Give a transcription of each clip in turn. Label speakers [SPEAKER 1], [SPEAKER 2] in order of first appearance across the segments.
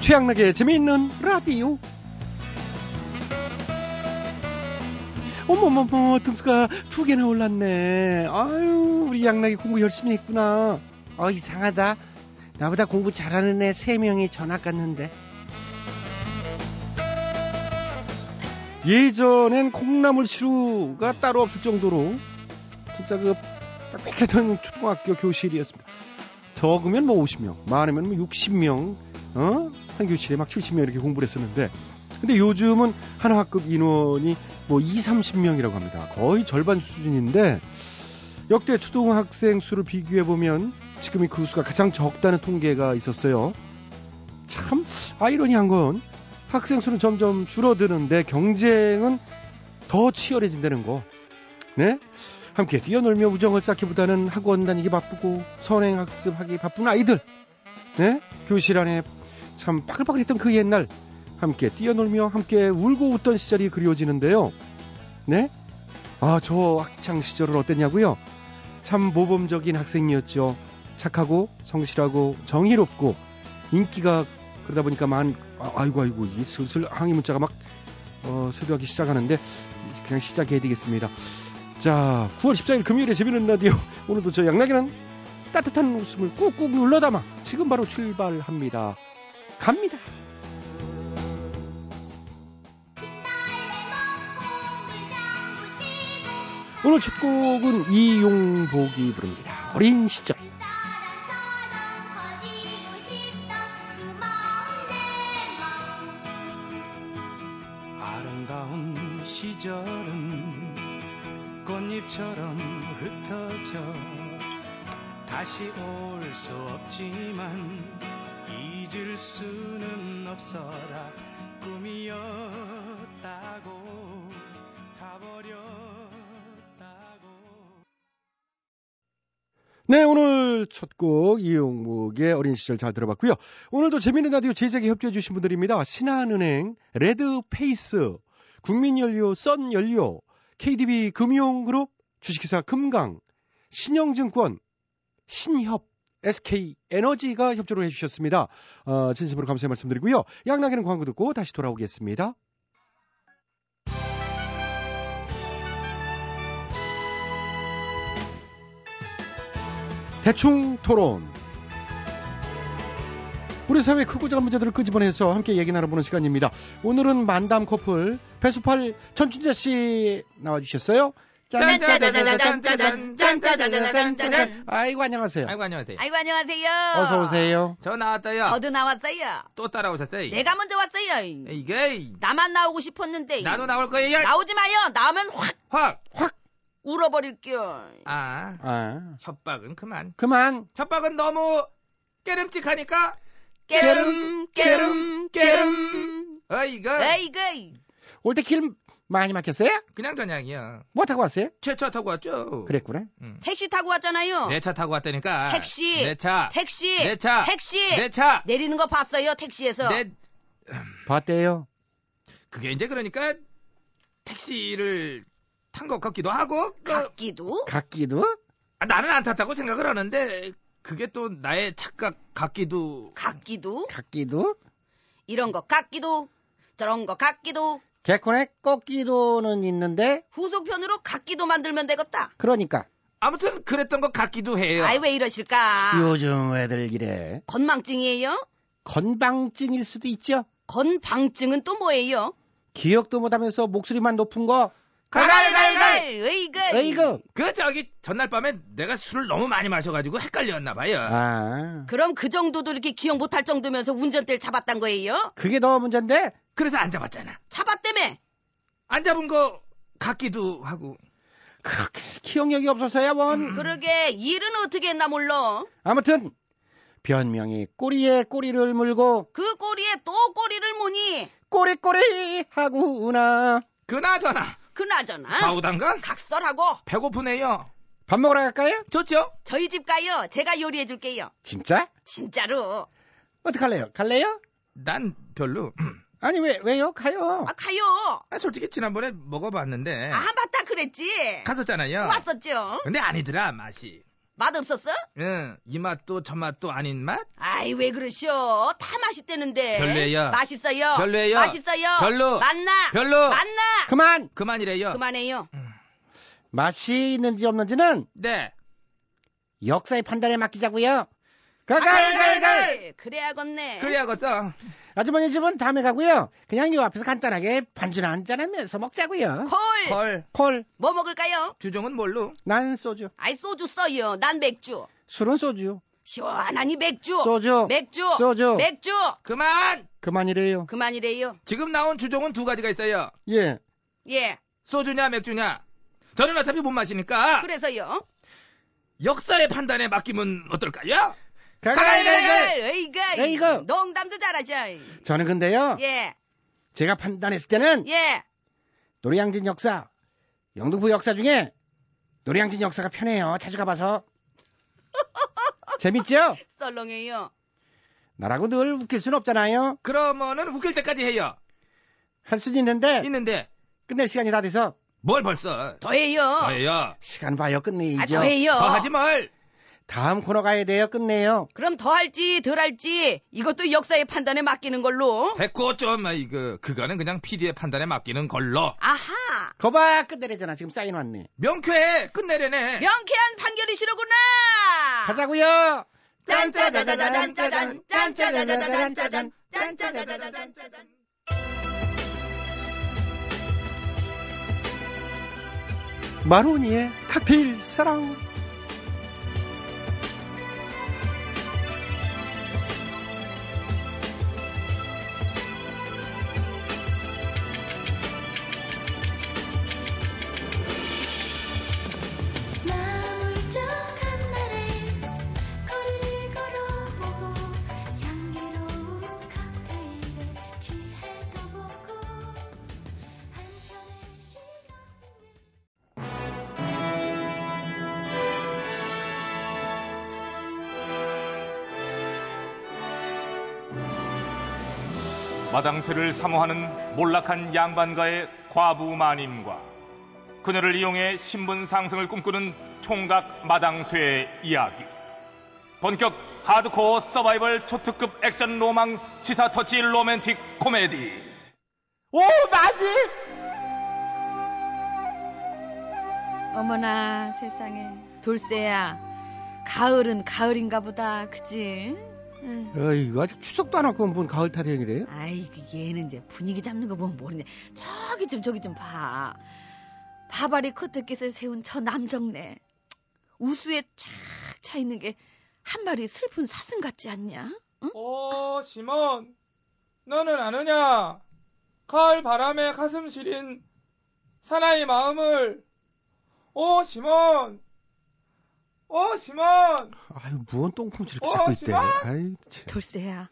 [SPEAKER 1] 최양락의 재미있는 라디오. 어머머머, 등수가 두 개나 올랐네. 아유, 우리 양락이 공부 열심히 했구나.
[SPEAKER 2] 어, 이상하다. 나보다 공부 잘하는 애 세명이 전학 갔는데.
[SPEAKER 1] 예전엔 콩나물 시루가 따로 없을 정도로 진짜 그 빽빽했던 초등학교 교실이었습니다. 적으면 뭐 50명, 많으면 뭐 60명, 어? 한 교실에 막 70명 이렇게 공부를 했었는데 근데 요즘은 한 학급 인원이 뭐 2, 30명이라고 합니다. 거의 절반 수준인데 역대 초등학생 수를 비교해 보면 지금이 그 수가 가장 적다는 통계가 있었어요. 참 아이러니한 건 학생 수는 점점 줄어드는데 경쟁은 더 치열해진다는 거. 네? 함께 뛰어놀며 우정을 쌓기보다는 학원 다니기 바쁘고 선행 학습하기 바쁜 아이들. 네? 교실 안에 참 빠글빠글했던 그 옛날 함께 뛰어놀며 함께 울고 웃던 시절이 그리워지는데요. 네? 아, 저 학창 시절은 어땠냐고요? 참 모범적인 학생이었죠. 착하고 성실하고 정의롭고 인기가 그러다 보니까 만 아, 아이고 아이고 이 슬슬 항의 문자가 막 어, 쇄도하기 시작하는데 그냥 시작해야 되겠습니다. 자, 9월 14일 금요일에 재미있는 라디오 오늘도 저 양락이는 따뜻한 웃음을 꾹꾹 눌러 담아 지금 바로 출발합니다. 갑니다. 오늘 첫 곡은 이용복이 부릅니다. 어린 시절.
[SPEAKER 3] 아름다운 시절은 꽃잎처럼 흩어져 다시 올 수 없지만 잊을 수는 없어라 꿈이었다고 가버렸다고
[SPEAKER 1] 네, 오늘 첫 곡 이용목의 어린 시절 잘 들어봤고요. 오늘도 재미있는 라디오 제작에 협조해 주신 분들입니다. 신한은행, 레드페이스, 국민연료, 썬연료, KDB 금융그룹, 주식회사 금강, 신영증권, 신협, SK에너지가 협조를 해주셨습니다. 어, 진심으로 감사의 말씀드리고요. 양락이는 광고 듣고 다시 돌아오겠습니다. 대충 토론. 우리 사회의 크고 작은 문제들을 끄집어내서 함께 얘기 나눠보는 시간입니다. 오늘은 만담 커플 배수팔 전춘자 씨 나와주셨어요.
[SPEAKER 4] 짠짜자자자잔 짜잔, 짠짜자자잔 짜잔.
[SPEAKER 1] 아이고 안녕하세요.
[SPEAKER 5] 아이고 안녕하세요.
[SPEAKER 4] 아이고 안녕하세요.
[SPEAKER 1] 어서 오세요.
[SPEAKER 5] 저 나왔어요.
[SPEAKER 4] 저도 나왔어요.
[SPEAKER 5] 또 따라오셨어요.
[SPEAKER 4] 내가 뭐- 먼저 왔어요.
[SPEAKER 5] 이게
[SPEAKER 4] 나만 나오고 싶었는데
[SPEAKER 5] 나도 나올 거예요.
[SPEAKER 4] 오지 마요. 나오면 확
[SPEAKER 5] 확.
[SPEAKER 4] 울어버릴게요.
[SPEAKER 5] 아
[SPEAKER 1] 아
[SPEAKER 5] 협박은 그만.
[SPEAKER 1] 그만.
[SPEAKER 5] 협박은 너무 깨름직하니까.
[SPEAKER 4] 깨름 깨름 깨름.
[SPEAKER 5] 어 이거
[SPEAKER 4] 에이그
[SPEAKER 1] 올 때 길 많이 막혔어요?
[SPEAKER 5] 그냥 전향이야.
[SPEAKER 1] 뭐 타고 왔어요?
[SPEAKER 5] 제차 타고 왔죠.
[SPEAKER 1] 그랬구나.
[SPEAKER 4] 택시 타고 왔잖아요.
[SPEAKER 5] 내 차 타고 왔다니까.
[SPEAKER 4] 어. 택시.
[SPEAKER 5] 음. 네. 아, 내 차.
[SPEAKER 4] 택시
[SPEAKER 5] 내 차.
[SPEAKER 4] 택시
[SPEAKER 5] 내 차.
[SPEAKER 4] 내리는 거 봤어요 택시에서.
[SPEAKER 5] 내
[SPEAKER 1] 봤대요.
[SPEAKER 5] 그게 이제 그러니까 택시를 탄 것 같기도 하고 그,
[SPEAKER 4] 갔기도
[SPEAKER 1] 갔기도
[SPEAKER 5] 아, 나는 안 탔다고 생각을 하는데 그게 또 나의 착각 같기도
[SPEAKER 4] 갔기도
[SPEAKER 1] 갔기도
[SPEAKER 4] 이런 거 갔기도 저런 거 갔기도
[SPEAKER 2] 개콘에 꺾기도는 있는데,
[SPEAKER 4] 후속편으로 갔기도 만들면 되겠다.
[SPEAKER 2] 그러니까.
[SPEAKER 5] 아무튼 그랬던 것 같기도 해요.
[SPEAKER 4] 아이 왜 이러실까?
[SPEAKER 2] 예. 요즘 애들 이래.
[SPEAKER 4] 건망증이에요?
[SPEAKER 2] 건방증일 수도 있죠?
[SPEAKER 4] 건방증은 또 뭐예요?
[SPEAKER 2] 기억도 못하면서 목소리만 높은 거.
[SPEAKER 4] 갈갈갈 으이그
[SPEAKER 2] 에이그.
[SPEAKER 5] 그 저기 전날 밤에 내가 술을 너무 많이 마셔가지고 헷갈렸나 봐요.
[SPEAKER 2] 아,
[SPEAKER 4] 그럼 그 정도도 이렇게 기억 못할 정도면서 운전대를 잡았단 거예요?
[SPEAKER 2] 그게 더 문제인데?
[SPEAKER 5] 그래서 안 잡았잖아.
[SPEAKER 4] 잡았다며
[SPEAKER 5] 안 잡은 거 같기도 하고.
[SPEAKER 2] 그렇게 기억력이 없어서야 원.
[SPEAKER 4] 그러게 일은 어떻게 했나 몰라
[SPEAKER 2] 아무튼, 변명이 꼬리에 꼬리를 물고,
[SPEAKER 4] 그 꼬리에 또 꼬리를 무니
[SPEAKER 2] 꼬리꼬리 하구나.
[SPEAKER 5] 그나저나
[SPEAKER 4] 그나저나
[SPEAKER 5] 좌우당간
[SPEAKER 4] 각설하고
[SPEAKER 5] 배고프네요.
[SPEAKER 2] 밥 먹으러 갈까요?
[SPEAKER 5] 좋죠?
[SPEAKER 4] 저희 집 가요 제가 요리해 줄게요
[SPEAKER 2] 진짜?
[SPEAKER 4] 진짜로
[SPEAKER 2] 어떡할래요? 갈래요?
[SPEAKER 5] 난 별로. 음.
[SPEAKER 2] 아니, 왜, 왜요? 가요.
[SPEAKER 4] 아 가요
[SPEAKER 5] 아, 솔직히 지난번에 먹어봤는데
[SPEAKER 6] 예.
[SPEAKER 4] 아 맞다 그랬지
[SPEAKER 5] 갔었잖아요.
[SPEAKER 4] 왔었죠
[SPEAKER 5] 근데 아니더라 맛이.
[SPEAKER 4] 맛없었어?
[SPEAKER 5] 응, 이 맛도 저 맛도 아닌 맛?
[SPEAKER 4] 아이 왜 그러셔? 다 맛있대는데.
[SPEAKER 5] 별로예요.
[SPEAKER 4] 맛있어요.
[SPEAKER 5] 별로예요.
[SPEAKER 4] 맛있어요.
[SPEAKER 5] 별로.
[SPEAKER 4] 맛나.
[SPEAKER 5] 별로.
[SPEAKER 4] 맛나.
[SPEAKER 1] 그만
[SPEAKER 5] 그만이래요.
[SPEAKER 4] 그만해요.
[SPEAKER 1] 맛이 있는지 없는지는
[SPEAKER 5] 네.
[SPEAKER 1] 역사의 판단에 맡기자고요. 가, 가, 가, 가.
[SPEAKER 4] 갈갈갈. 아, 그래야겠네.
[SPEAKER 5] 그래야겠어.
[SPEAKER 1] 아주머니 집은 다음에 가고요. 그냥 요 앞에서 간단하게 반주나 한잔 하면서 먹자고요.
[SPEAKER 4] 콜.
[SPEAKER 5] 헐.
[SPEAKER 1] 콜,
[SPEAKER 4] 뭐 먹을까요?
[SPEAKER 5] 주종은 뭘로?
[SPEAKER 1] 난 소주.
[SPEAKER 4] 아이 소주 써요. 난 맥주.
[SPEAKER 1] 술은 소주.
[SPEAKER 4] 시원하니 맥주.
[SPEAKER 1] 소주.
[SPEAKER 4] 맥주.
[SPEAKER 1] 소주.
[SPEAKER 4] 맥주.
[SPEAKER 5] 그만!
[SPEAKER 1] 그만이래요.
[SPEAKER 4] 그만이래요.
[SPEAKER 5] 지금 나온 주종은 두 가지가 있어요.
[SPEAKER 1] 예.
[SPEAKER 4] 예.
[SPEAKER 5] 소주냐, 맥주냐. 저는 어차피 못 마시니까.
[SPEAKER 4] 그래서요.
[SPEAKER 5] 역사의 판단에 맡기면 어떨까요?
[SPEAKER 1] 가, 가, 가, 가.
[SPEAKER 4] 갈갈갈. 에이가.
[SPEAKER 1] 에이구.
[SPEAKER 4] 농담도 잘하셔.
[SPEAKER 1] 저는 근데요.
[SPEAKER 4] 예.
[SPEAKER 1] 제가 판단했을 때는
[SPEAKER 4] 예.
[SPEAKER 1] 노량진 역사, 영등포 역사 중에 노량진 역사가 편해요. 자주 가봐서. 재밌죠?
[SPEAKER 4] 썰렁해요.
[SPEAKER 1] 나라고 늘 웃길 순 없잖아요.
[SPEAKER 5] 그러면은 웃길 때까지 해요.
[SPEAKER 1] 할 수는 있는데
[SPEAKER 5] 있는데,
[SPEAKER 1] 끝낼 시간이 다 돼서
[SPEAKER 5] 뭘 벌써.
[SPEAKER 4] 더해요.
[SPEAKER 5] 더해요.
[SPEAKER 1] 시간 봐요.
[SPEAKER 4] 아,
[SPEAKER 1] 끝내야죠.
[SPEAKER 4] 더해요.
[SPEAKER 5] 더 하지 말.
[SPEAKER 1] 다음 코너 가야 돼요. 끝내요.
[SPEAKER 4] 그럼 더 할지 덜 할지 이것도 역사의 판단에 맡기는 걸로.
[SPEAKER 5] 됐고, 좀, 아, 이거, 그거는 그냥 PD의 판단에 맡기는 걸로.
[SPEAKER 4] 아하.
[SPEAKER 1] 거봐 끝내래잖아. 지금 사인 왔네.
[SPEAKER 5] 명쾌해. 끝내려네.
[SPEAKER 4] 명쾌한 판결이시로구나.
[SPEAKER 1] 가자고요.
[SPEAKER 4] 짠짜자자자잔 짜잔 짠짜자자자잔 짜잔 짠짜자자자잔 짜잔.
[SPEAKER 1] 마로니의 칵테일 사랑.
[SPEAKER 7] 마음적한 날에 거리를 걸어보고 향기로운 칵테일에 취해도 보고 한편의 시간을
[SPEAKER 8] 마당쇠를 사모하는 몰락한 양반가의 과부 마님과 그녀를 이용해 신분 상승을 꿈꾸는 총각 마당쇠의 이야기. 본격 하드코어 서바이벌 초특급 액션 로망 시사 터치 로맨틱 코미디.
[SPEAKER 1] 오 맞지?
[SPEAKER 9] 어머나 세상에 돌쇠야 가을은 가을인가 보다 그지? 응.
[SPEAKER 1] 어이구 아직 추석도 안 왔고 뭔 가을 타령이래요?
[SPEAKER 9] 아이고 얘는 이제 분위기 잡는 거 보면 모르네 저기 좀 저기 좀 봐 바바리 커트깃을 세운 저 남정네 우수에 쫙 차있는 게 한 마리 슬픈 사슴 같지 않냐?
[SPEAKER 6] 어, 심원. 너는 아느냐? 가을 바람에 가슴 시린 사나이 마음을. 어, 오, 심원. 오, 심원.
[SPEAKER 1] 아유 무언 똥품질
[SPEAKER 6] 어,
[SPEAKER 1] 자꾸 있대.
[SPEAKER 6] 씨발.
[SPEAKER 1] 아이 참.
[SPEAKER 9] 돌쇠야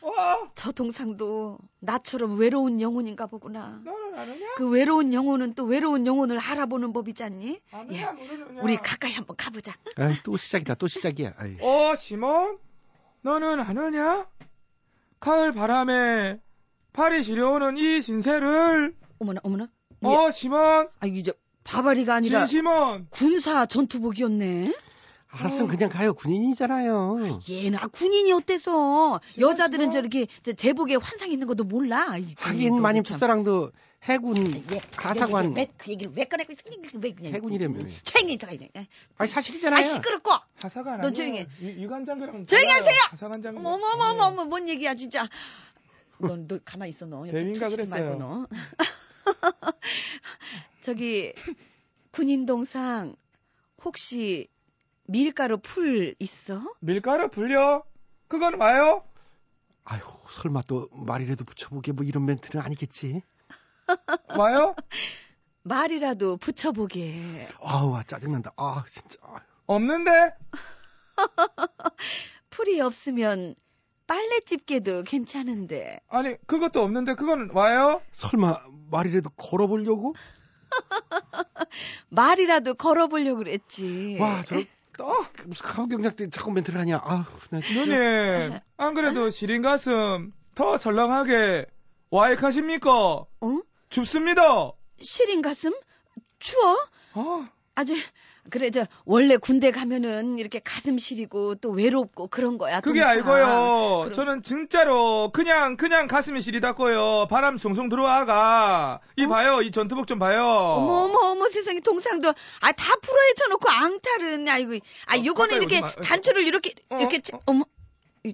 [SPEAKER 6] 와,
[SPEAKER 9] 저 동상도 나처럼 외로운 영혼인가 보구나
[SPEAKER 6] 너는 아느냐?
[SPEAKER 9] 그 외로운 영혼은 또 외로운 영혼을 알아보는 법이잖니?
[SPEAKER 6] 아느냐, 모르느냐?
[SPEAKER 9] 우리 가까이 한번 가보자
[SPEAKER 1] 아이, 또 시작이다. 또 시작이야. 아이.
[SPEAKER 6] 오, 심원. 어, 너는 아느냐? 가을 바람에 팔이 시려오는 이 신세를.
[SPEAKER 9] 어머나 어머나 예.
[SPEAKER 6] 어, 심원.
[SPEAKER 9] 아 이게 저 바바리가 아니라
[SPEAKER 6] 진심원.
[SPEAKER 9] 군사 전투복이었네.
[SPEAKER 1] 알았으면 그냥 가요. 군인이잖아요.
[SPEAKER 9] 얘나 군인이 어때서
[SPEAKER 6] 심하지만. 뭐.
[SPEAKER 9] 여자들은 저렇게 저 제복에 환상 있는 것도 몰라. 아이고,
[SPEAKER 1] 하긴
[SPEAKER 9] 너도
[SPEAKER 1] 마님
[SPEAKER 9] 참.
[SPEAKER 1] 첫사랑도 해군
[SPEAKER 9] 예, 그
[SPEAKER 1] 하사관
[SPEAKER 9] 얘기를 왜, 그 얘기를 왜 꺼내고 생긴 왜 그냥
[SPEAKER 1] 해군이라며.
[SPEAKER 9] 조용히 들어가 이제.
[SPEAKER 1] 아니
[SPEAKER 9] 아
[SPEAKER 1] 사실이잖아요.
[SPEAKER 9] 시끄럽고.
[SPEAKER 6] 가사가
[SPEAKER 9] 넌 조용히 해.
[SPEAKER 6] 유관장이랑
[SPEAKER 9] 조용히 하세요!
[SPEAKER 6] 가사관장.
[SPEAKER 9] 어머 어머 어머 어머 뭔 얘기야 진짜. 넌 너 가만 히 있어 너. 옆에
[SPEAKER 6] 별인가
[SPEAKER 9] 터치지 말고
[SPEAKER 6] 그랬어요.
[SPEAKER 9] 너. 저기 군인 동상 혹시 밀가루 풀 있어?
[SPEAKER 6] 밀가루 불려. 그건 와요.
[SPEAKER 1] 아유 설마 또 말이라도 붙여보게 뭐 이런 멘트는 아니겠지.
[SPEAKER 6] 와요?
[SPEAKER 9] 말이라도 붙여보게.
[SPEAKER 1] 아우 아, 짜증난다. 아 진짜. 아유.
[SPEAKER 6] 없는데?
[SPEAKER 9] 풀이 없으면 빨래 집게도 괜찮은데.
[SPEAKER 6] 아니 그것도 없는데 그건 와요?
[SPEAKER 1] 설마 말이라도 걸어보려고?
[SPEAKER 9] 말이라도 걸어보려고
[SPEAKER 6] 예.
[SPEAKER 9] 그랬지.
[SPEAKER 1] 와 저
[SPEAKER 6] 떠
[SPEAKER 1] 무슨 감경작 때 자꾸 멘트를 하냐. 아우 나 진짜.
[SPEAKER 10] 예.
[SPEAKER 6] 누님 안 그래도 시린 가슴 더 설렁하게 와이카십니까?
[SPEAKER 9] 응?
[SPEAKER 6] 춥습니다
[SPEAKER 9] 시린 가슴? 추워?
[SPEAKER 6] 어?
[SPEAKER 9] 아주 그래 저 원래 군대 가면은 이렇게 가슴 시리고 또 외롭고 그런 거야.
[SPEAKER 10] 그게
[SPEAKER 9] 동상.
[SPEAKER 10] 알고요.
[SPEAKER 9] 그럼-
[SPEAKER 10] 저는 진짜로 그냥 그냥 가슴이 시리다고요. 바람 송송 들어와가. 이 봐요. 이 전투복 좀 봐요.
[SPEAKER 9] 어머 어머 어머 세상에 동상도 아 다 풀어 헤쳐놓고 앙탈은 아이고 아
[SPEAKER 10] 어,
[SPEAKER 9] 요거는
[SPEAKER 10] 가까이 오지
[SPEAKER 9] 이렇게
[SPEAKER 10] 마. 어,
[SPEAKER 9] 단추를 이렇게
[SPEAKER 10] 어,
[SPEAKER 9] 이렇게
[SPEAKER 10] 어.
[SPEAKER 9] 찌- 어머 이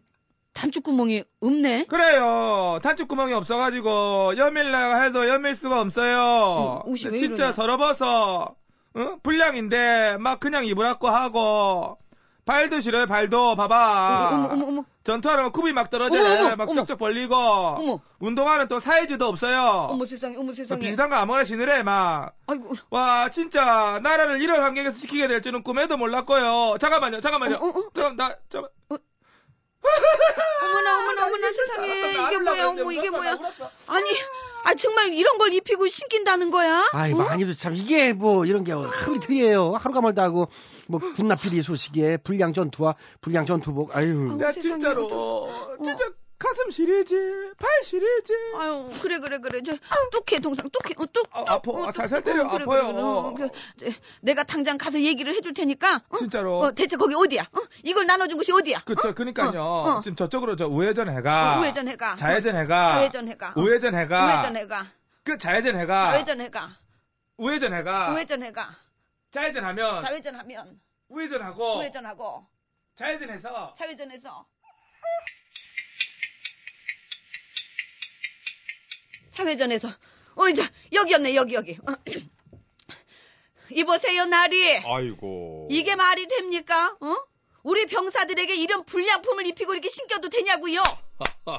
[SPEAKER 9] 단추 구멍이 없네.
[SPEAKER 10] 그래요. 단축 구멍이 없어가지고 여밀라 해도 여밀 수가 없어요.
[SPEAKER 9] 음, 옷이 왜
[SPEAKER 10] 진짜
[SPEAKER 9] 이러냐.
[SPEAKER 10] 서러워서 응? 불량인데 막 그냥 입으라고 하고 발도 싫어요. 발도 봐봐.
[SPEAKER 9] 어머 어머 어머
[SPEAKER 10] 전투하러 굽이 막 떨어져.
[SPEAKER 9] 어머, 어머,
[SPEAKER 10] 막
[SPEAKER 9] 어머.
[SPEAKER 10] 쩍쩍 벌리고.
[SPEAKER 9] 어머
[SPEAKER 10] 운동화는 또 사이즈도 없어요.
[SPEAKER 9] 어머 세상에 어머
[SPEAKER 10] 막
[SPEAKER 9] 세상에
[SPEAKER 10] 비슷한 거 아무거나 신으래 막.
[SPEAKER 9] 아이고
[SPEAKER 10] 와 진짜 나라를 이런 환경에서 지키게 될 줄은 꿈에도 몰랐고요. 잠깐만요. 잠깐만요.
[SPEAKER 9] 어, 어, 어.
[SPEAKER 10] 잠깐 나 잠깐.
[SPEAKER 9] 어머나 어머나 어머나 세상에 이게 뭐야 어머 이게 뭐야 아니 아 정말 이런 걸 입히고 신긴다는 거야?
[SPEAKER 1] 아이
[SPEAKER 9] 응?
[SPEAKER 1] 많이도 참 이게 뭐 이런 게 하루 이틀이에요. 하루가 멀다 하고 뭐 군납비리 소식에 불량 전투와 불량 전투복. 아유.
[SPEAKER 10] 나
[SPEAKER 9] 어머, 세상에,
[SPEAKER 10] 진짜로 진짜 가슴 시리지 팔 시리지
[SPEAKER 9] 어. 아유 그래 그래 그래 저 뚝해 동상 뚝해 어, 뚝
[SPEAKER 10] 아, 아파.
[SPEAKER 9] 어,
[SPEAKER 10] 아,
[SPEAKER 9] 뚝.
[SPEAKER 10] 살살 때려.
[SPEAKER 9] 어, 그래,
[SPEAKER 10] 아파요.
[SPEAKER 9] 그래, 어, 그, 저, 내가 당장 가서 얘기를 해줄 테니까 어?
[SPEAKER 10] 진짜로
[SPEAKER 9] 어, 대체 거기 어디야? 어? 이걸 나눠준 곳이 어디야?
[SPEAKER 10] 그 저 그니까요
[SPEAKER 9] 어, 어.
[SPEAKER 10] 지금 저쪽으로 저 우회전
[SPEAKER 9] 어,
[SPEAKER 10] 해가
[SPEAKER 9] 우회전 해가
[SPEAKER 10] 좌회전
[SPEAKER 9] 어,
[SPEAKER 10] 해가
[SPEAKER 9] 좌회전 해가
[SPEAKER 10] 우회전 해가
[SPEAKER 9] 우회전 해가
[SPEAKER 10] 그 좌회전 해가
[SPEAKER 9] 좌회전 해가
[SPEAKER 10] 우회전 해가
[SPEAKER 9] 우회전 해가
[SPEAKER 10] 좌회전 하면
[SPEAKER 9] 좌회전 하면
[SPEAKER 10] 아. 우회전하고
[SPEAKER 9] 우회전하고
[SPEAKER 6] 어.
[SPEAKER 10] 좌회전해서
[SPEAKER 9] 차회전에서 차회전에서 어 이제 여기였네 여기 여기 어, 이보세요 나리
[SPEAKER 6] 아이고.
[SPEAKER 9] 이게 말이 됩니까? 어? 우리 병사들에게 이런 불량품을 입히고 이렇게 신겨도 되냐고요? 어?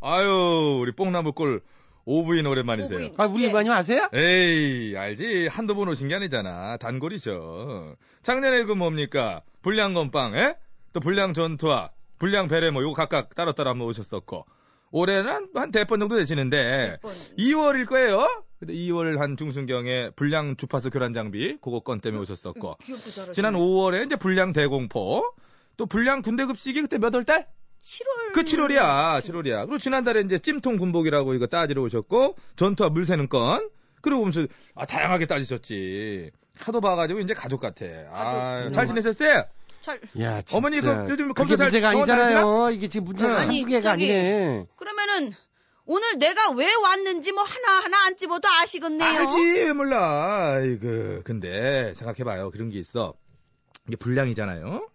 [SPEAKER 6] 아유, 우리 뽕나무꼴 오부인 오랜만이세요.
[SPEAKER 9] 오부인.
[SPEAKER 1] 아 우리
[SPEAKER 9] 예.
[SPEAKER 1] 일반이 아세요?
[SPEAKER 6] 에이, 알지. 한두 번 오신 게 아니잖아. 단골이죠. 작년에 그 뭡니까? 불량건빵, 에? 또 불량전투와 불량배례 뭐 요거 각각 따로따로 한번 오셨었고. 올해는 한 대번 정도 되시는데, 2월일 거예요? 근데 2월 한 중순경에 불량 주파수 교란 장비, 그거 건 때문에
[SPEAKER 4] 음,
[SPEAKER 6] 오셨었고.
[SPEAKER 9] 기억도 잘하시네.
[SPEAKER 6] 지난 5월에 이제 불량 대공포, 또 불량 군대 급식이 그때 몇 월 달?
[SPEAKER 9] 7월
[SPEAKER 6] 그 7월이야, 7월이야. 그리고 지난달에 이제 찜통 군복이라고 이거 따지러 오셨고, 전투와 물 새는 건, 그리고 보면서, 아, 다양하게 따지셨지. 하도 봐가지고 이제 가족 같아. 아,
[SPEAKER 9] 아이고,
[SPEAKER 6] 잘 지내셨어요?
[SPEAKER 9] 잘
[SPEAKER 1] 야, 진짜.
[SPEAKER 6] 어머니, 그 요즘 검사
[SPEAKER 1] 그게
[SPEAKER 6] 잘-
[SPEAKER 1] 문제가
[SPEAKER 6] 병원 잘
[SPEAKER 1] 아니잖아요. 이게 지금 문제가
[SPEAKER 6] 응.
[SPEAKER 1] 한두
[SPEAKER 9] 아니,
[SPEAKER 1] 개가
[SPEAKER 9] 저기-
[SPEAKER 1] 아니네.
[SPEAKER 9] 그러면은 오늘 내가 왜 왔는지 뭐 하나하나 안 집어도 아시겠네요.
[SPEAKER 6] 알지, 몰라. 이그 근데 생각해봐요. 그런 게 있어. 이게 불량이잖아요.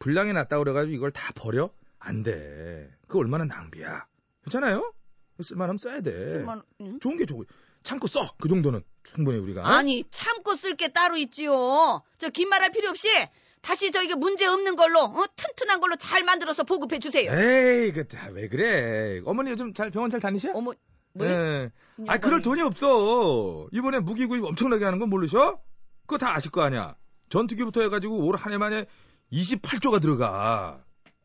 [SPEAKER 6] 불량이 났다 그래가지고 이걸 다 버려? 안 돼. 그거 얼마나 낭비야. 괜찮아요? 쓸만하면 써야 돼.
[SPEAKER 9] 그만- 응?
[SPEAKER 6] 좋은 게 좋고 참고 써. 그 정도는 충분히 우리가.
[SPEAKER 9] 아니 참고 쓸 게 따로 있지요. 저 긴 말할 필요 없이 다시 저에게 문제 없는 걸로 어? 튼튼한 걸로 잘 만들어서 보급해 주세요.
[SPEAKER 6] 에이, 그왜 그래? 어머니 요즘 잘 병원 잘 다니셔?
[SPEAKER 9] 어머 뭐? 요
[SPEAKER 6] 예. 아, 그럴 돈이 없어. 이번에 무기 구입 엄청나게 하는 건 모르셔? 그거 다 아실 거 아니야. 전투기부터 해가지고 올 한 해 만에 28조가 들어가.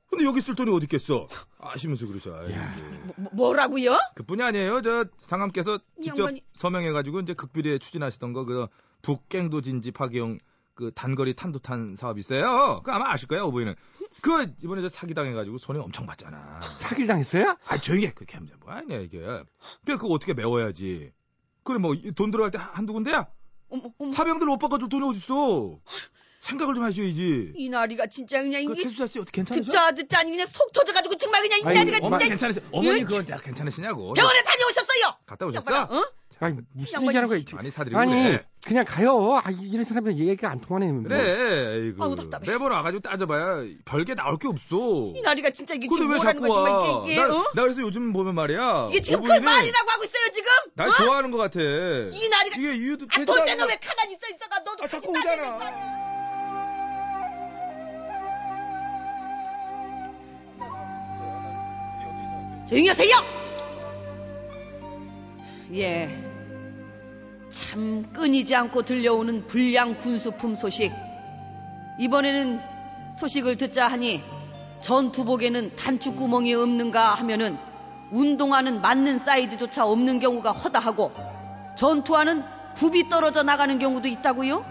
[SPEAKER 6] 근데 여기 쓸 돈이 어디 있겠어? 아시면서 그러셔. 아이고.
[SPEAKER 9] 뭐, 라고요
[SPEAKER 6] 그뿐이 아니에요. 저 상암께서
[SPEAKER 9] 이
[SPEAKER 6] 직접
[SPEAKER 9] 양반이-
[SPEAKER 6] 서명해가지고 이제 극비리에 추진하시던 거 그 북갱도 진지 파괴용 그 단거리 탄도탄 사업 있어요. 그 아마 아실 거예요, 오부인은. 그 이번에 저 사기 당해가지고 손해 엄청 봤잖아.
[SPEAKER 1] 사기를 당했어요?
[SPEAKER 6] 아 조용히 해. 그렇게 하면 뭐 아니야 이게. 그래 그거 어떻게 메워야지. 그래 뭐 돈 들어갈 때 한두 군데야.
[SPEAKER 9] 어머 어머
[SPEAKER 6] 사병들 못 바꿔줄 돈이 어딨어. 생각을 좀 하셔야지.
[SPEAKER 9] 이 나리가 진짜 그냥
[SPEAKER 6] 그
[SPEAKER 9] 이게
[SPEAKER 6] 최수자 씨 어떻게 괜찮으세요?
[SPEAKER 9] 듣자 듣자 아니 그냥 속 터져가지고 정말 그냥 이
[SPEAKER 1] 아니,
[SPEAKER 9] 나리가
[SPEAKER 6] 어머니
[SPEAKER 9] 진짜
[SPEAKER 6] 괜찮으세요? 어머니
[SPEAKER 9] 이거-
[SPEAKER 6] 그건 다 괜찮으시냐고.
[SPEAKER 9] 병원에 다녀오셨어요.
[SPEAKER 6] 갔다 오셨어?
[SPEAKER 9] 여봐라, 어?
[SPEAKER 1] 아니 무슨
[SPEAKER 9] 양반이-
[SPEAKER 1] 얘기하는 거야? 지금.
[SPEAKER 6] 많이 사드리고
[SPEAKER 1] 아니
[SPEAKER 6] 그래.
[SPEAKER 1] 그냥 가요. 아, 이런 사람들 얘기가 안 통하네. 뭐.
[SPEAKER 6] 그래. 아이고.
[SPEAKER 9] 아우, 답답해.
[SPEAKER 6] 매번 와가지고 따져봐야 별게 나올 게 없어.
[SPEAKER 9] 이 나리가 진짜 이게
[SPEAKER 6] 근데
[SPEAKER 9] 지금
[SPEAKER 6] 왜
[SPEAKER 9] 뭐라는
[SPEAKER 6] 자꾸
[SPEAKER 9] 거지?
[SPEAKER 6] 와?
[SPEAKER 9] 막 이게 이게,
[SPEAKER 6] 나,
[SPEAKER 9] 어?
[SPEAKER 6] 나 그래서 요즘 보면 말이야. 어,
[SPEAKER 9] 이게 지금 그
[SPEAKER 6] 오부인이
[SPEAKER 9] 말이라고 하고 있어요 지금?
[SPEAKER 6] 날
[SPEAKER 9] 어?
[SPEAKER 6] 좋아하는 것 같아.
[SPEAKER 9] 이 나리가
[SPEAKER 6] 이게 이유도
[SPEAKER 9] 아
[SPEAKER 6] 되지도
[SPEAKER 9] 돌대가
[SPEAKER 6] 않고.
[SPEAKER 9] 왜 가만히 있어 있어가 너도
[SPEAKER 6] 아, 자꾸
[SPEAKER 9] 같이 따라야 되는 거 아니야?
[SPEAKER 6] 오잖아.
[SPEAKER 9] 조용히 하세요! 예. 참 끊이지 않고 들려오는 불량 군수품 소식. 이번에는 소식을 듣자 하니 전투복에는 단추 구멍이 없는가 하면은 운동화는 맞는 사이즈조차 없는 경우가 허다하고 전투화는 굽이 떨어져 나가는 경우도 있다고요?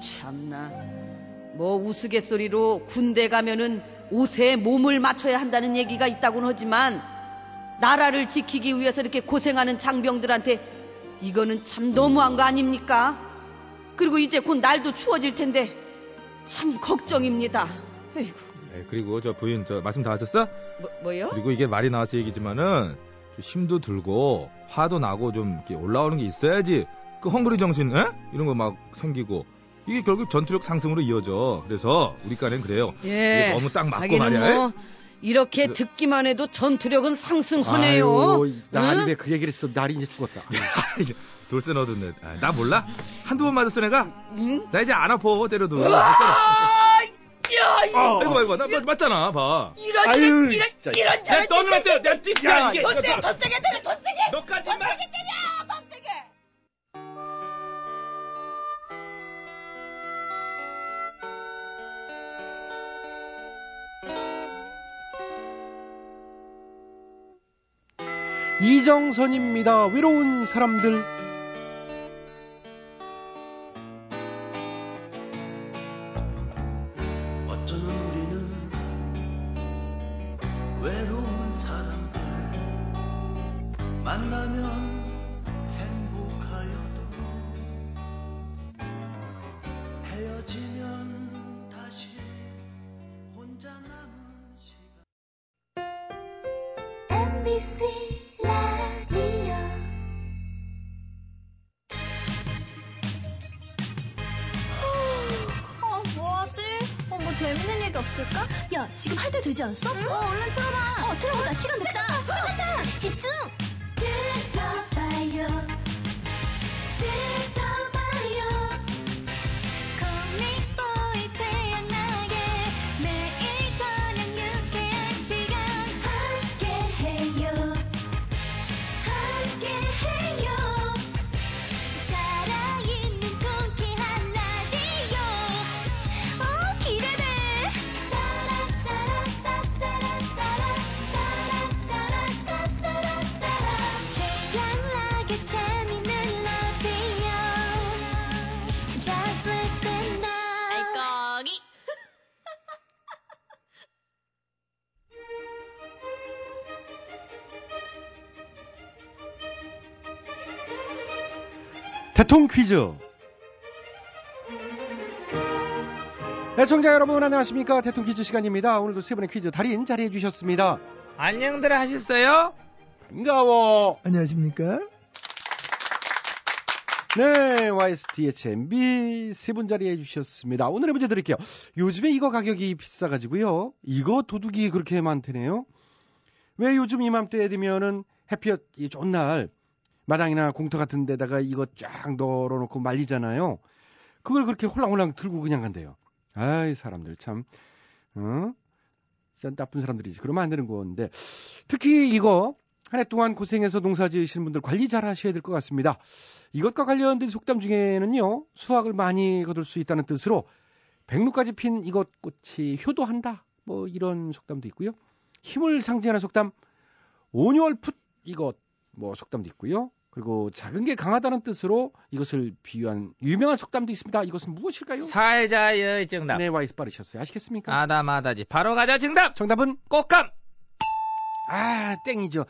[SPEAKER 9] 참나. 뭐 우스갯소리로 군대 가면은 옷에 몸을 맞춰야 한다는 얘기가 있다곤 하지만 나라를 지키기 위해서 이렇게 고생하는 장병들한테 이거는 참 너무한 거 아닙니까?
[SPEAKER 4] 그리고 이제 곧 날도 추워질 텐데 참 걱정입니다. 에이구,
[SPEAKER 6] 네, 그리고 저 부인 저 말씀 다 하셨어?
[SPEAKER 9] 뭐, 뭐요?
[SPEAKER 6] 그리고 이게 말이 나와서 얘기지만은 좀 힘도 들고 화도 나고 좀 이렇게 올라오는 게 있어야지 그 헝그리 정신 에? 이런 거 막 생기고 이게 결국 전투력 상승으로 이어져 그래서 우리 간엔 그래요
[SPEAKER 4] 예.
[SPEAKER 9] 네.
[SPEAKER 6] 이게 너무 딱 맞고
[SPEAKER 4] 하기는
[SPEAKER 6] 말이야 그
[SPEAKER 4] 뭐 이렇게 듣기만 해도 전투력은 상승하네요.
[SPEAKER 1] 아유, 나
[SPEAKER 4] 응?
[SPEAKER 1] 아니 왜 그 얘기를 했어? 날이 이제 죽었다.
[SPEAKER 6] 아, 돌쇠 넣어둔네 아, 나 몰라? 한두 번 맞았어 내가?
[SPEAKER 4] 응?
[SPEAKER 6] 나 이제 안 아파 때려도
[SPEAKER 4] 아, 야, 이-
[SPEAKER 6] 아, 이거 이거 나 맞- 맞잖아 봐
[SPEAKER 4] 이런
[SPEAKER 1] 아유,
[SPEAKER 4] 이런 이런
[SPEAKER 1] 진짜.
[SPEAKER 4] 이런
[SPEAKER 6] 야,
[SPEAKER 4] 저런
[SPEAKER 6] 너는 안 때려 야, 띠- 야 이게
[SPEAKER 4] 더 세게 더 세게 때려 더 세게
[SPEAKER 6] 너까지만
[SPEAKER 4] 더 세게 때려 더 세게.
[SPEAKER 1] 이정선입니다. 외로운 사람들.
[SPEAKER 3] 어쩌면 우리는 외로운 사람들 만나면 행복하여도 헤어지면 다시 혼자 남은 시간
[SPEAKER 7] MBC 라디오
[SPEAKER 11] 어, 뭐하지? 어, 뭐 재밌는 얘기 없을까? 야, 지금 할 때 되지 않았어? 어, 얼른 틀어봐. 어, 틀어보자. 시간 됐다. 시간 됐다. 집중!
[SPEAKER 7] 들어봐요 들어봐요 코믹보이 최양락의 매일 저녁 유쾌한 시간 함께해요 함께해요 살아있는 통쾌한 라디오 오 기대돼 따라따라따따라따라따라따라따라따라따라 최양락의 재밌는 라디오 Just listen now
[SPEAKER 11] 알거기.
[SPEAKER 1] 대통 퀴즈. 네, 애청자 여러분 안녕하십니까 대통 퀴즈 시간입니다. 오늘도 세 분의 퀴즈 달인 자리해 주셨습니다.
[SPEAKER 6] 안녕들 하셨어요?
[SPEAKER 1] 반가워.
[SPEAKER 6] 안녕하십니까?
[SPEAKER 1] 네, YSTHMB 세 분 자리해 주셨습니다. 오늘의 문제 드릴게요. 요즘에 이거 가격이 비싸가지고요. 이거 도둑이 그렇게 많대네요. 왜 요즘 이맘때 되면은 햇볕 이 좋은 날 마당이나 공터 같은 데다가 이거 쫙 널어놓고 말리잖아요. 그걸 그렇게 홀랑홀랑 들고 그냥 간대요. 아이 사람들 참, 응? 진짜 나쁜 사람들이지. 그러면 안 되는 건데 특히 이거 한 해 동안 고생해서 농사지으시는 분들 관리 잘 하셔야 될 것 같습니다. 이것과 관련된 속담 중에는요 수확을 많이 거둘 수 있다는 뜻으로 백로까지 핀 이것 꽃이 효도한다 뭐 이런 속담도 있고요 힘을 상징하는 속담 온열풋 이것 뭐 속담도 있고요 그리고 작은 게 강하다는 뜻으로 이것을 비유한 유명한 속담도 있습니다 이것은 무엇일까요?
[SPEAKER 6] 아, 사회자의 정답
[SPEAKER 1] 네 와이스 빠르셨어요 아시겠습니까?
[SPEAKER 6] 아다마다지 바로 가자 정답
[SPEAKER 1] 정답은
[SPEAKER 6] 꽃감
[SPEAKER 1] 아 땡이죠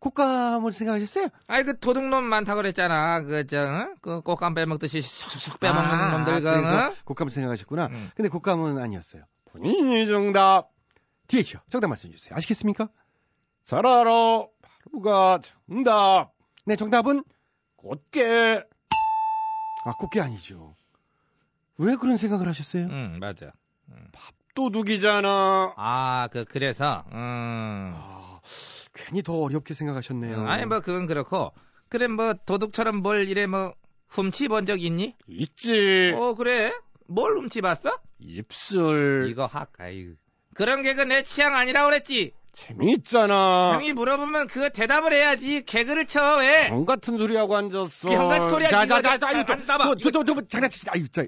[SPEAKER 1] 곶감을 생각하셨어요?
[SPEAKER 6] 아이 그 도둑놈 많다고 그랬잖아. 그저 어? 그 꽃감 빼먹듯이 쏙쏙쏙 빼먹는
[SPEAKER 1] 아,
[SPEAKER 6] 놈들 그
[SPEAKER 1] 그래서
[SPEAKER 6] 어?
[SPEAKER 1] 곶감을 생각하셨구나
[SPEAKER 6] 응.
[SPEAKER 1] 근데 곶감은 아니었어요. 본인이 정답. DH요. 정답 말씀해주세요. 아시겠습니까? 잘 알아. 바로가 정답. 네, 정답은 꽃게. 아, 꽃게 아니죠. 왜 그런 생각을 하셨어요?
[SPEAKER 6] 응 음, 맞아.
[SPEAKER 1] 도둑이잖아.
[SPEAKER 6] 아 그 그래서 음.
[SPEAKER 1] 아, 괜히 더 어렵게 생각하셨네요.
[SPEAKER 6] 아니 뭐 그건 그렇고 그래 뭐 도둑처럼 뭘 이래 뭐 훔치 본 적 있니?
[SPEAKER 1] 있지.
[SPEAKER 6] 어 그래 뭘 훔치 봤어?
[SPEAKER 1] 입술.
[SPEAKER 6] 이거 확 아유 그런 개그 내 취향 아니라 그랬지.
[SPEAKER 1] 재미있잖아.
[SPEAKER 6] 형이 물어보면 그 대답을 해야지 개그를 쳐 왜?
[SPEAKER 1] 병 같은 소리하고 앉았어.
[SPEAKER 6] 병 같은 소리 아니고
[SPEAKER 1] 자, 자, 자,
[SPEAKER 6] 이거
[SPEAKER 1] 자, 아유,
[SPEAKER 6] 안 담아.
[SPEAKER 1] 저, 저, 저, 저, 저, 장난치지. 아유, 자,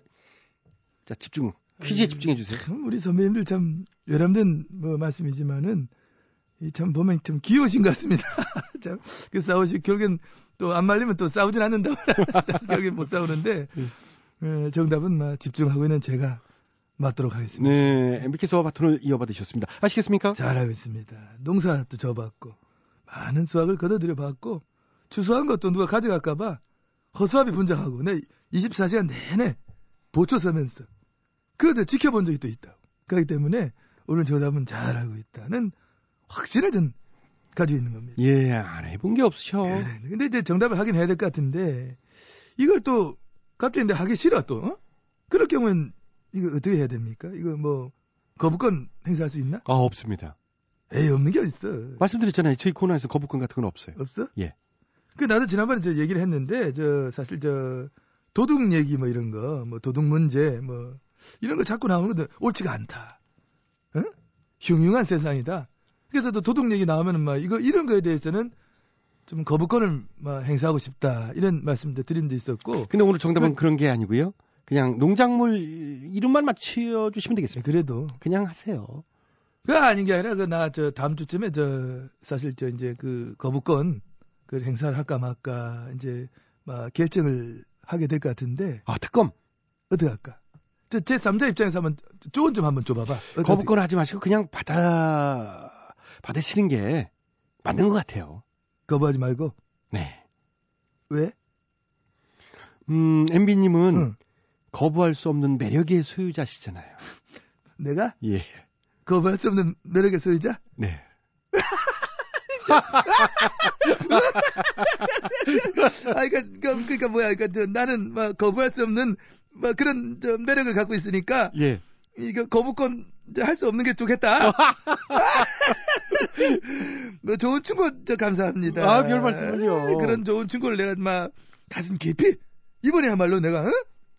[SPEAKER 1] 자, 집중. 퀴즈에 집중해 주세요.
[SPEAKER 12] 음, 참 우리 선배님들 참 외람된 뭐 말씀이지만은 이 참 보면 참 귀여우신 것 같습니다. 참 그 싸우시 결국엔 또 안 말리면 또 싸우진 않는다. 결국엔 못 싸우는데
[SPEAKER 1] 네.
[SPEAKER 12] 어, 정답은 막 집중하고 있는 제가 맞도록 하겠습니다.
[SPEAKER 1] 네, MBK에서 바톤을 이어받으셨습니다. 아시겠습니까?
[SPEAKER 12] 잘 알고 있습니다. 농사도 줘봤고 많은 수확을 거둬들여 봤고 추수한 것도 누가 가져갈까봐 허수아비 분장하고 내 24시간 내내 보초서면서 그것도 지켜본 적이 또 있다. 그렇기 때문에 오늘 정답은 잘하고 있다는 확신을 전 가지고 있는 겁니다. 네,
[SPEAKER 1] 예, 안 해본 게 없으셔.
[SPEAKER 12] 근데 이제 정답을 하긴 해야 될 것 같은데 이걸 또 갑자기 근데 하기 싫어 또. 어? 그럴 경우엔 이거 어떻게 해야 됩니까? 이거 뭐 거부권 행사할 수 있나?
[SPEAKER 1] 아, 없습니다.
[SPEAKER 12] 에이, 없는 게 어딨어.
[SPEAKER 1] 말씀드렸잖아요. 저희 코너에서 거부권 같은 건 없어요.
[SPEAKER 12] 없어?
[SPEAKER 1] 예.
[SPEAKER 12] 그 나도 지난번에 저 얘기를 했는데 저 사실 저 도둑 얘기 뭐 이런 거, 뭐 도둑 문제 뭐 이런 거 자꾸 나오는 건 옳지가 않다. 응? 흉흉한 세상이다. 그래서 또 도둑 얘기 나오면은 막 이거 이런 거에 대해서는 좀 거부권을 막 행사하고 싶다 이런 말씀도 드린 데 있었고.
[SPEAKER 1] 근데 오늘 정답은 그, 런게 아니고요. 그냥 농작물 이름만 맞춰 주시면 되겠습니다.
[SPEAKER 12] 네, 그래도
[SPEAKER 1] 그냥 하세요.
[SPEAKER 12] 그 아닌 게 아니라 그 나 저 다음 주쯤에 저 사실 저 이제 그 거부권 그 행사를 할까 말까 이제 막 결정을 하게 될 것 같은데.
[SPEAKER 1] 아 특검
[SPEAKER 12] 어떻게 할까? 저 제 3자 입장에서 한번 조언 좀 한번 줘봐봐. 어떡-
[SPEAKER 1] 거부권 하지 마시고 그냥 받아 받으시는 게 예. 맞는 것 같아요.
[SPEAKER 12] 거부하지 말고.
[SPEAKER 1] 네.
[SPEAKER 12] 왜?
[SPEAKER 1] 음, MB님은 거부할 수 없는 매력의 소유자시잖아요.
[SPEAKER 12] 내가
[SPEAKER 1] 예.
[SPEAKER 12] 거부할 수 없는 매력의 소유자?
[SPEAKER 1] 네.
[SPEAKER 12] 아, 그러니까, 그러니까 뭐야, 그러니까 저, 나는 막 거부할 수 없는 막 그런 저 매력을 갖고 있으니까
[SPEAKER 1] 예.
[SPEAKER 12] 이거 거부권 할 수 없는 게 좋겠다. 뭐 좋은 충고 저 감사합니다.
[SPEAKER 1] 아, 별 말씀을요.
[SPEAKER 12] 그런 좋은 충고를 내가 막 가슴 깊이 이번에야말로 내가 어?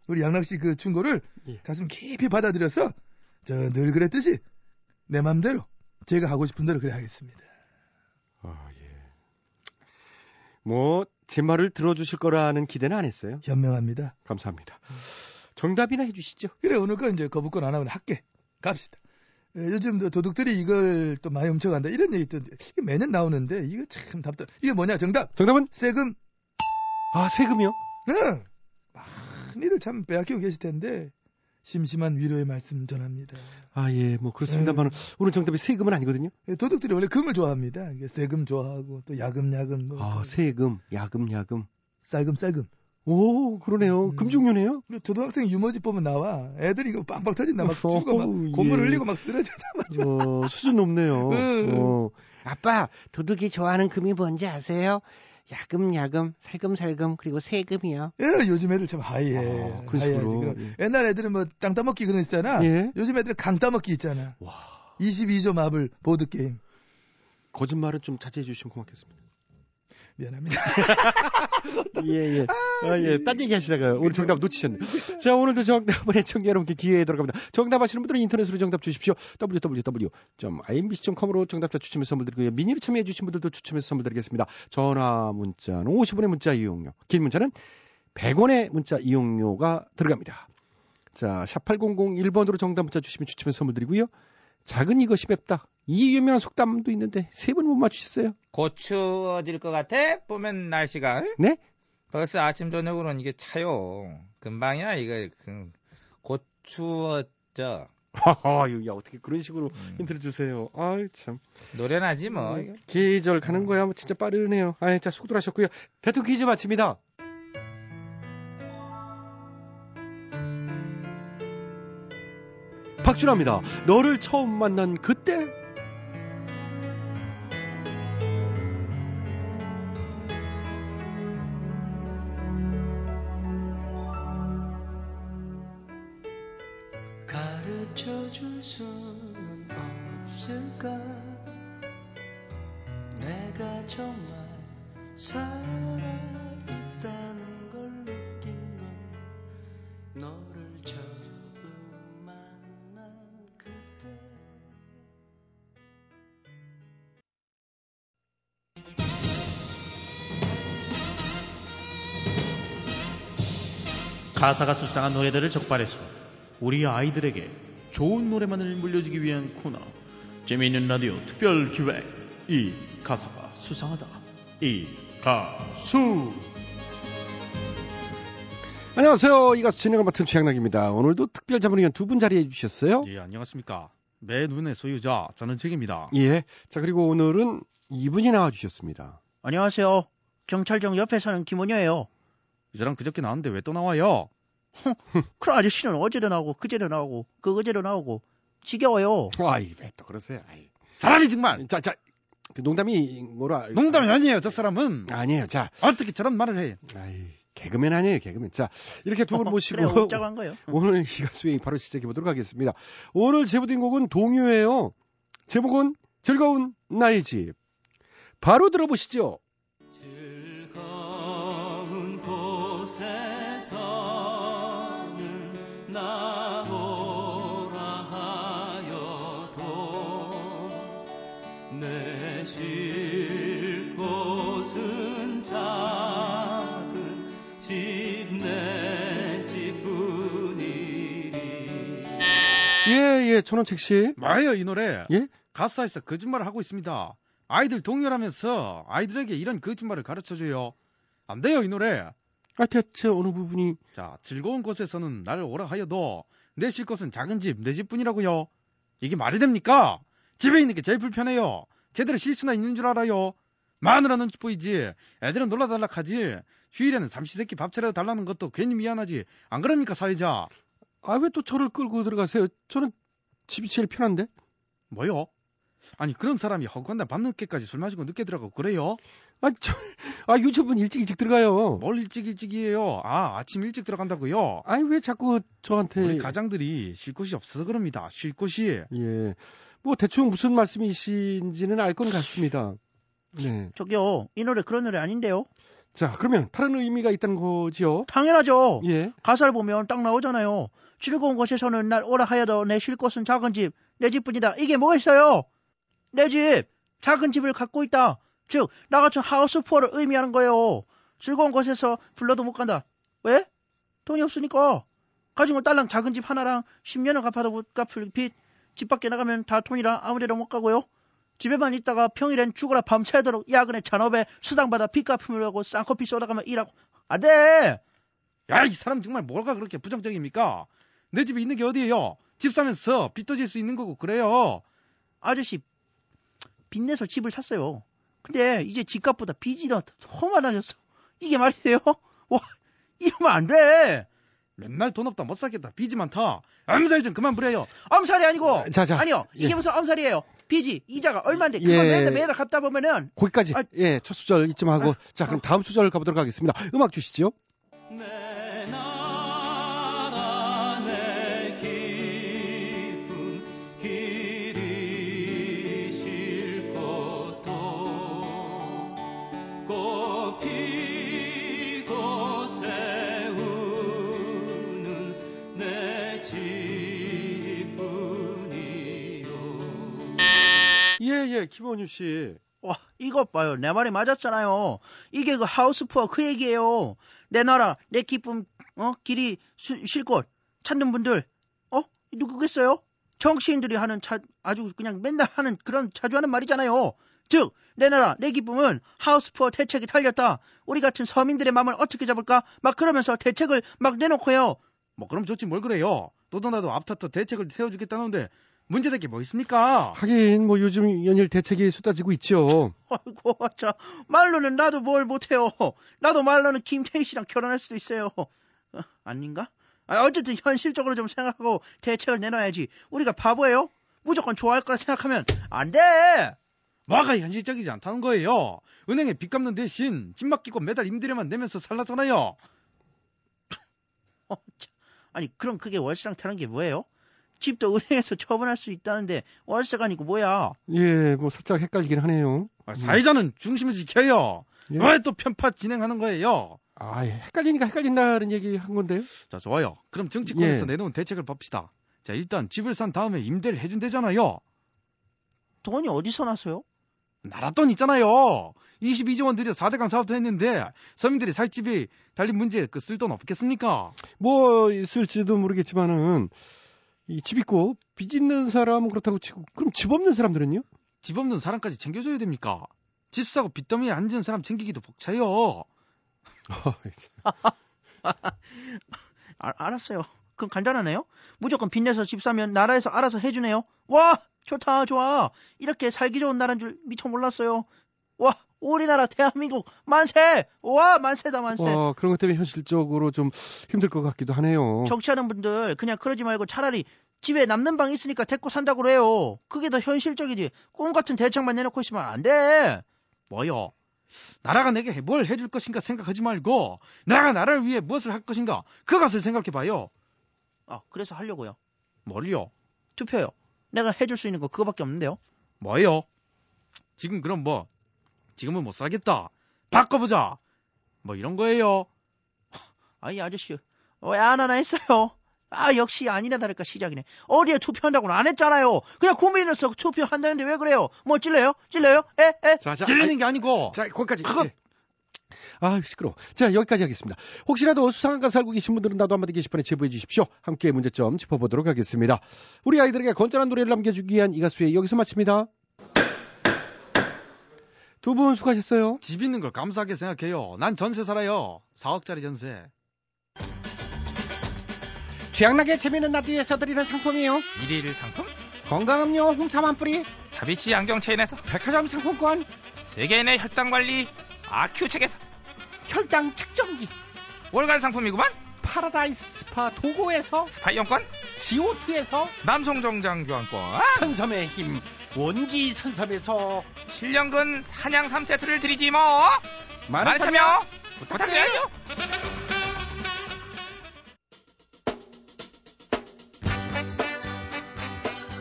[SPEAKER 12] 우리 양락 씨 그 충고를
[SPEAKER 1] 예.
[SPEAKER 12] 가슴 깊이 받아들여서 저 늘 그랬듯이 내 마음대로 제가 하고 싶은 대로 그래 하겠습니다.
[SPEAKER 1] 아, 예. 뭐 제 말을 들어주실 거라는 기대는 안 했어요.
[SPEAKER 12] 현명합니다.
[SPEAKER 1] 감사합니다. 정답이나 해주시죠.
[SPEAKER 12] 그래 오늘 건 이제 거부권 안 하면 할게 갑시다. 에, 요즘 뭐 도- 도둑들이 이걸 또 많이 훔쳐간다 이런 얘기 또 이게 매년 나오는데 이거 참 답답. 이게 뭐냐 정답?
[SPEAKER 1] 정답은
[SPEAKER 12] 세금.
[SPEAKER 1] 아 세금이요?
[SPEAKER 12] 응. 많이들 참 빼앗기고 계실 텐데 심심한 위로의 말씀 전합니다.
[SPEAKER 1] 아 예, 뭐 그렇습니다만 오늘 정답이 세금은 아니거든요.
[SPEAKER 12] 예, 도둑들이 원래 금을 좋아합니다. 이게 세금 좋아하고 또 야금야금 뭐
[SPEAKER 1] 아 세금, 야금, 야금.
[SPEAKER 12] 쌀금 쌀금.
[SPEAKER 1] 오 그러네요. 금종류네요.
[SPEAKER 12] 이거 초등학생 유머지 보면 나와. 애들이 이거 빵빵 터진다. 막
[SPEAKER 1] 어허,
[SPEAKER 12] 죽어 막 곰물
[SPEAKER 1] 예.
[SPEAKER 12] 흘리고 막 쓰러져.
[SPEAKER 1] 어, 수준 높네요.
[SPEAKER 12] 응.
[SPEAKER 1] 어.
[SPEAKER 2] 아빠, 도둑이 좋아하는 금이 뭔지 아세요? 야금야금, 살금살금, 그리고 세금이요.
[SPEAKER 12] 예, 요즘 애들 참 하이해.
[SPEAKER 1] 아, 그런
[SPEAKER 12] 하이하지.
[SPEAKER 1] 식으로.
[SPEAKER 12] 그럼 옛날 애들은 뭐 땅 따먹기 그런 거 있잖아.
[SPEAKER 1] 예.
[SPEAKER 12] 요즘 애들은 강 따먹기 있잖아. 22조 마블 보드 게임.
[SPEAKER 1] 거짓말은 좀 자제해 주시면 고맙겠습니다.
[SPEAKER 12] 미안합니다.
[SPEAKER 1] 예, 예. 아, 예. 딴 얘기 하시다가 오늘 정답 놓치셨네. 자, 오늘도 정답은 네, 애청자 여러분께 기회에 들어갑니다. 정답 아시는 분들은 인터넷으로 정답 주십시오. www.imbc.com으로 정답자 추첨해 서 선물 드리고요. 미니로 참여해 주신 분들도 추첨해서 선물 드리겠습니다. 전화 문자는 50원의 문자 이용료, 긴 문자는 100원의 문자 이용료가 들어갑니다. 자, 샵 8001번으로 정답 문자 주시면 추첨해서 선물 드리고요. 작은 이것이 맵다. 이 유명한 속담도 있는데 세 분 못 맞추셨어요.
[SPEAKER 5] 고추어질 것 같아? 보면 날씨가.
[SPEAKER 1] 네?
[SPEAKER 5] 벌써 아침 저녁으로는 이게 차요. 금방이야 이거 그, 고추어져.
[SPEAKER 1] 허허, 아, 야 어떻게 그런 식으로 힌트를 주세요. 아이 참.
[SPEAKER 5] 노련하지 뭐. 이거.
[SPEAKER 1] 계절 가는 거야 뭐 진짜 빠르네요. 아이 자 수고들 하셨고요. 대통령 퀴즈 마칩니다. 박준합니다. 너를 처음 만난 그때
[SPEAKER 3] 가르쳐 줄 수는 없을까? 내가 정말 살아있다는 걸 느낀 건 너를 처음 만난 그때.
[SPEAKER 13] 가사가 수상한 노래들을 적발해서 우리 아이들에게 좋은 노래만을 물려주기 위한 코너 재미있는 라디오 특별 기획 이 가사가 수상하다 이 가수
[SPEAKER 1] 안녕하세요. 이 가수 진행을 맡은 최양락입니다. 오늘도 특별 자문위원 두 분 자리해 주셨어요.
[SPEAKER 13] 예 안녕하십니까 내 눈의 소유자 저는 책입니다
[SPEAKER 1] 예. 자 그리고 오늘은 이분이 나와 주셨습니다.
[SPEAKER 13] 안녕하세요 경찰청 옆에 사는 김원효예요 이 사람 그저께 나왔는데 왜 또 나와요
[SPEAKER 14] 그런 아저씨는 어제도 나오고 그제도 나오고 그거제도 나오고 지겨워요.
[SPEAKER 1] 아이 왜또 그러세요? 아이. 사람이 정말 자자 그 농담인 거로 알... 농담이
[SPEAKER 10] 아니에요 저 사람은
[SPEAKER 1] 아니에요 자
[SPEAKER 10] 어떻게 저런 말을 해?
[SPEAKER 1] 아이 개그맨 아니에요 개그맨 자 이렇게 두 분
[SPEAKER 14] 그래,
[SPEAKER 1] 모시고
[SPEAKER 14] 웃자고 한 거예요.
[SPEAKER 1] 오늘 이 가수의 바로 시작해 보도록 하겠습니다. 오늘 제보된 곡은 동요예요. 제목은 즐거운 나의 집. 바로 들어보시죠.
[SPEAKER 3] 즐거운 곳에서는 나보라 하여도 내 쉴 곳은 작은 집 내 집뿐이리
[SPEAKER 1] 예, 예, 천원책 씨.
[SPEAKER 10] 뭐예요 이 노래?
[SPEAKER 1] 예?
[SPEAKER 10] 가사에서 거짓말을 하고 있습니다. 아이들 동요라면서 아이들에게 이런 거짓말을 가르쳐줘요. 안 돼요 이 노래.
[SPEAKER 1] 아, 대체 어느 부분이
[SPEAKER 10] 자 즐거운 곳에서는 나를 오라 하여도 내 쉴 곳은 작은 집 내 집뿐이라고요. 이게 말이 됩니까? 집에 있는 게 제일 불편해요. 제대로 쉴 수나 있는 줄 알아요. 마누라 눈치 보이지. 애들은 놀아달라 하지. 휴일에는 삼시세끼 밥 차려 달라는 것도 괜히 미안하지. 안 그럽니까 사회자?
[SPEAKER 1] 아, 왜 또 저를 끌고 들어가세요? 저는 집이 제일 편한데?
[SPEAKER 10] 뭐요? 아니 그런 사람이 허구한날 밤늦게까지 술 마시고 늦게 들어가고 그래요?
[SPEAKER 1] 아, 저, 아 유튜브는 일찍 일찍 들어가요.
[SPEAKER 10] 뭘 일찍 일찍이에요? 아 아침 일찍 들어간다고요?
[SPEAKER 1] 아니 왜 자꾸 저한테
[SPEAKER 10] 우리 가장들이 쉴 곳이 없어서 그럽니다. 쉴 곳이
[SPEAKER 1] 예. 뭐 대충 무슨 말씀이신지는 알 것 같습니다. 네.
[SPEAKER 14] 저기요 이 노래 그런 노래 아닌데요?
[SPEAKER 1] 자 그러면 다른 의미가 있다는 거지요?
[SPEAKER 14] 당연하죠.
[SPEAKER 1] 예.
[SPEAKER 14] 가사를 보면 딱 나오잖아요. 즐거운 곳에서는 날 오라 하여도 내 쉴 곳은 작은 집, 내 집뿐이다. 이게 뭐가 있어요? 내 집, 작은 집을 갖고 있다. 즉, 나 같은 하우스 푸어를 의미하는 거예요. 즐거운 곳에서 불러도 못 간다. 왜? 돈이 없으니까. 가진 거 딸랑 작은 집 하나랑 10년을 갚아도 못 갚을 빚. 집 밖에 나가면 다 돈이라 아무데나 못 가고요. 집에만 있다가 평일엔 죽어라 밤새도록 야근에 잔업에 수당받아 빚 갚으려고 쌍커피 쏟아가며 일하고. 안 돼!
[SPEAKER 10] 야, 이 사람 정말 뭐가 그렇게 부정적입니까? 내 집에 있는 게 어디예요? 집 사면서 빚도 질 수 있는 거고 그래요.
[SPEAKER 14] 아저씨, 빚내서 집을 샀어요. 근데 이제 집값보다 빚이 더 허만하셨어. 이게 말이 돼요? 와, 이러면 안 돼.
[SPEAKER 10] 맨날 돈 없다 못 사겠다 빚이 많다 암살 좀 그만 부려요
[SPEAKER 14] 암살이 아니고
[SPEAKER 1] 자, 자.
[SPEAKER 14] 아니요 이게
[SPEAKER 1] 예.
[SPEAKER 14] 무슨 암살이에요 빚이 이자가 얼마인데 그걸
[SPEAKER 1] 예.
[SPEAKER 14] 매달 매달 갚다 보면은
[SPEAKER 1] 거기까지 예 첫 수절 이쯤 하고 자 그럼 다음 수절 가보도록 하겠습니다. 음악 주시죠.
[SPEAKER 3] 나라 내 기쁨 길이 쉴 곳도 꽃 피고 새우는 내 집뿐이요
[SPEAKER 1] 예예 김원유 씨.
[SPEAKER 14] 와 이것 봐요 내 말이 맞았잖아요 이게 그 하우스푸어 그 얘기예요 내 나라 내 기쁨 어 길이 수- 쉴 곳 찾는 분들 어 누구겠어요 정치인들이 하는 자, 아주 그냥 맨날 하는 그런 자주 하는 말이잖아요 즉 내 나라 내 기쁨은 하우스푸어 대책이 탈렸다 우리 같은 서민들의 마음을 어떻게 잡을까 막 그러면서 대책을 막 내놓고요
[SPEAKER 10] 뭐 그럼 좋지 뭘 그래요 너도 나도 앞타터 대책을 세워주겠다는데 문제될 게 뭐 있습니까
[SPEAKER 1] 하긴 뭐 요즘 연일 대책이 쏟아지고 있죠.
[SPEAKER 14] 아이고 자 말로는 나도 뭘 못해요. 나도 말로는 김태희 씨랑 결혼할 수도 있어요. 어, 아닌가? 아, 어쨌든 현실적으로 좀 생각하고 대책을 내놔야지. 우리가 바보예요? 무조건 좋아할 거라 생각하면 안 돼.
[SPEAKER 10] 뭐가 현실적이지 않다는 거예요 은행에 빚 갚는 대신 집 맡기고 매달 임대료만 내면서 살라잖아요
[SPEAKER 14] 어, 참. 아니 그럼 그게 월세랑 다른 게 뭐예요? 집도 은행에서 처분할 수 있다는데 월세가 아니고 뭐야?
[SPEAKER 1] 예 뭐 살짝 헷갈리긴 하네요.
[SPEAKER 10] 아, 사회자는 중심을 지켜요 왜 또 편파 진행하는 거예요
[SPEAKER 1] 예. 아 예. 헷갈리니까 헷갈린다는 얘기 한 건데요.
[SPEAKER 10] 자 좋아요 그럼 정치권에서
[SPEAKER 1] 예.
[SPEAKER 10] 내놓은 대책을 봅시다 자 일단 집을 산 다음에 임대를 해준대잖아요
[SPEAKER 14] 돈이 어디서 나서요?
[SPEAKER 10] 나라 돈 있잖아요. 22조 원 들여 4대강 사업도 했는데 서민들이 살 집이 달린 문제에 그 쓸 돈 없겠습니까?
[SPEAKER 1] 뭐 있을지도 모르겠지만은 이 집 있고 빚 있는 사람은 그렇다고 치고 그럼 집 없는 사람들은요?
[SPEAKER 10] 집 없는 사람까지 챙겨줘야 됩니까? 집 사고 빚더미에 앉은 사람 챙기기도 벅차요.
[SPEAKER 14] 아, 알- 알았어요. 그럼 간단하네요. 무조건 빚내서 집 사면 나라에서 알아서 해주네요. 와 좋다 좋아. 이렇게 살기 좋은 나라인 줄 미처 몰랐어요. 와, 우리나라 대한민국 만세! 와, 만세다, 만세.
[SPEAKER 1] 와, 그런 것 때문에 현실적으로 좀 힘들 것 같기도 하네요.
[SPEAKER 14] 정치하는 분들 그냥 그러지 말고 차라리 집에 남는 방 있으니까 데리고 산다고 그래요. 그게 더 현실적이지. 꿈 같은 대책만 내놓고 있으면 안 돼.
[SPEAKER 10] 뭐요? 나라가 내게 뭘 해줄 것인가 생각하지 말고 내가 나라를 위해 무엇을 할 것인가 그것을 생각해봐요.
[SPEAKER 14] 아, 그래서 하려고요.
[SPEAKER 10] 뭘요?
[SPEAKER 14] 투표요. 내가 해줄 수 있는 거 그거밖에 없는데요.
[SPEAKER 10] 뭐예요? 지금 그럼 뭐 지금은 못 살겠다. 바꿔보자. 뭐 이런 거예요.
[SPEAKER 14] 아이 아저씨, 왜 안 하나 했어요? 아, 역시 아니나 다를까 시작이네. 어디에 투표한다고는 안 했잖아요. 그냥 국민으로서 투표한다는데 왜 그래요? 뭐 찔러요? 찔러요? 에? 에?
[SPEAKER 10] 자, 자,
[SPEAKER 14] 찔리는
[SPEAKER 10] 아이,
[SPEAKER 14] 게 아니고.
[SPEAKER 10] 자, 거기까지. 예.
[SPEAKER 14] 그건
[SPEAKER 1] 아, 시끄러워. 자, 여기까지 하겠습니다. 혹시라도 수상한 가수 알고 계신 분들은 나도 한마디 게시판에 제보해 주십시오. 함께 문제점 짚어보도록 하겠습니다. 우리 아이들에게 건전한 노래를 남겨주기 위한 이 가수의 여기서 마칩니다. 두 분 수고하셨어요.
[SPEAKER 10] 집 있는 걸 감사하게 생각해요. 난 전세 살아요. 4억짜리 전세.
[SPEAKER 2] 취향나게 재미있는 라디오에서 드리는 상품이요.
[SPEAKER 5] 일일 상품?
[SPEAKER 2] 건강음료 홍삼 한 뿌리,
[SPEAKER 5] 다비치 양정 체인에서
[SPEAKER 2] 백화점 상품권,
[SPEAKER 5] 세계인의 혈당 관리 아큐 책에서
[SPEAKER 2] 혈당 측정기,
[SPEAKER 5] 월간 상품이구만.
[SPEAKER 2] 파라다이스 스파 도고에서
[SPEAKER 5] 스파 이용권
[SPEAKER 2] CO2에서
[SPEAKER 5] 남성 정장 교환권
[SPEAKER 2] 선섬의 힘, 원기 선섬에서
[SPEAKER 5] 7년근 사냥 3세트를 드리지 뭐.
[SPEAKER 2] 많은
[SPEAKER 5] 많은 참여,
[SPEAKER 2] 참여
[SPEAKER 5] 부탁드려요.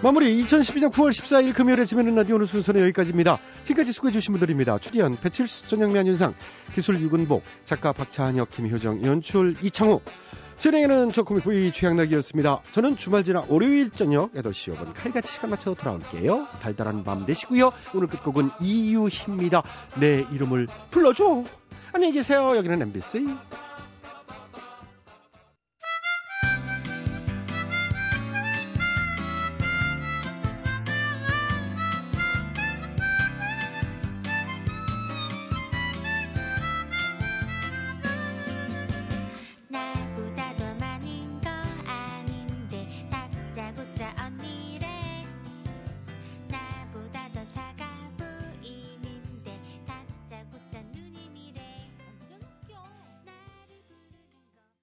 [SPEAKER 1] 마무리 2012년 9월 14일 금요일에 지면은 라디오 오늘 순서는 여기까지입니다. 지금까지 수고해주신 분들입니다. 출연 배칠수 전영미 윤상 기술 유근복 작가 박찬혁 김효정 연출 이창호 진행에는 저 코믹 부이 최양락이었습니다. 저는 주말 지나 월요일 저녁 8시 5분 칼같이 시간 맞춰 돌아올게요. 달달한 밤 되시고요. 오늘 끝곡은 이유희입니다. 내 이름을 불러줘. 안녕히 계세요. 여기는 MBC.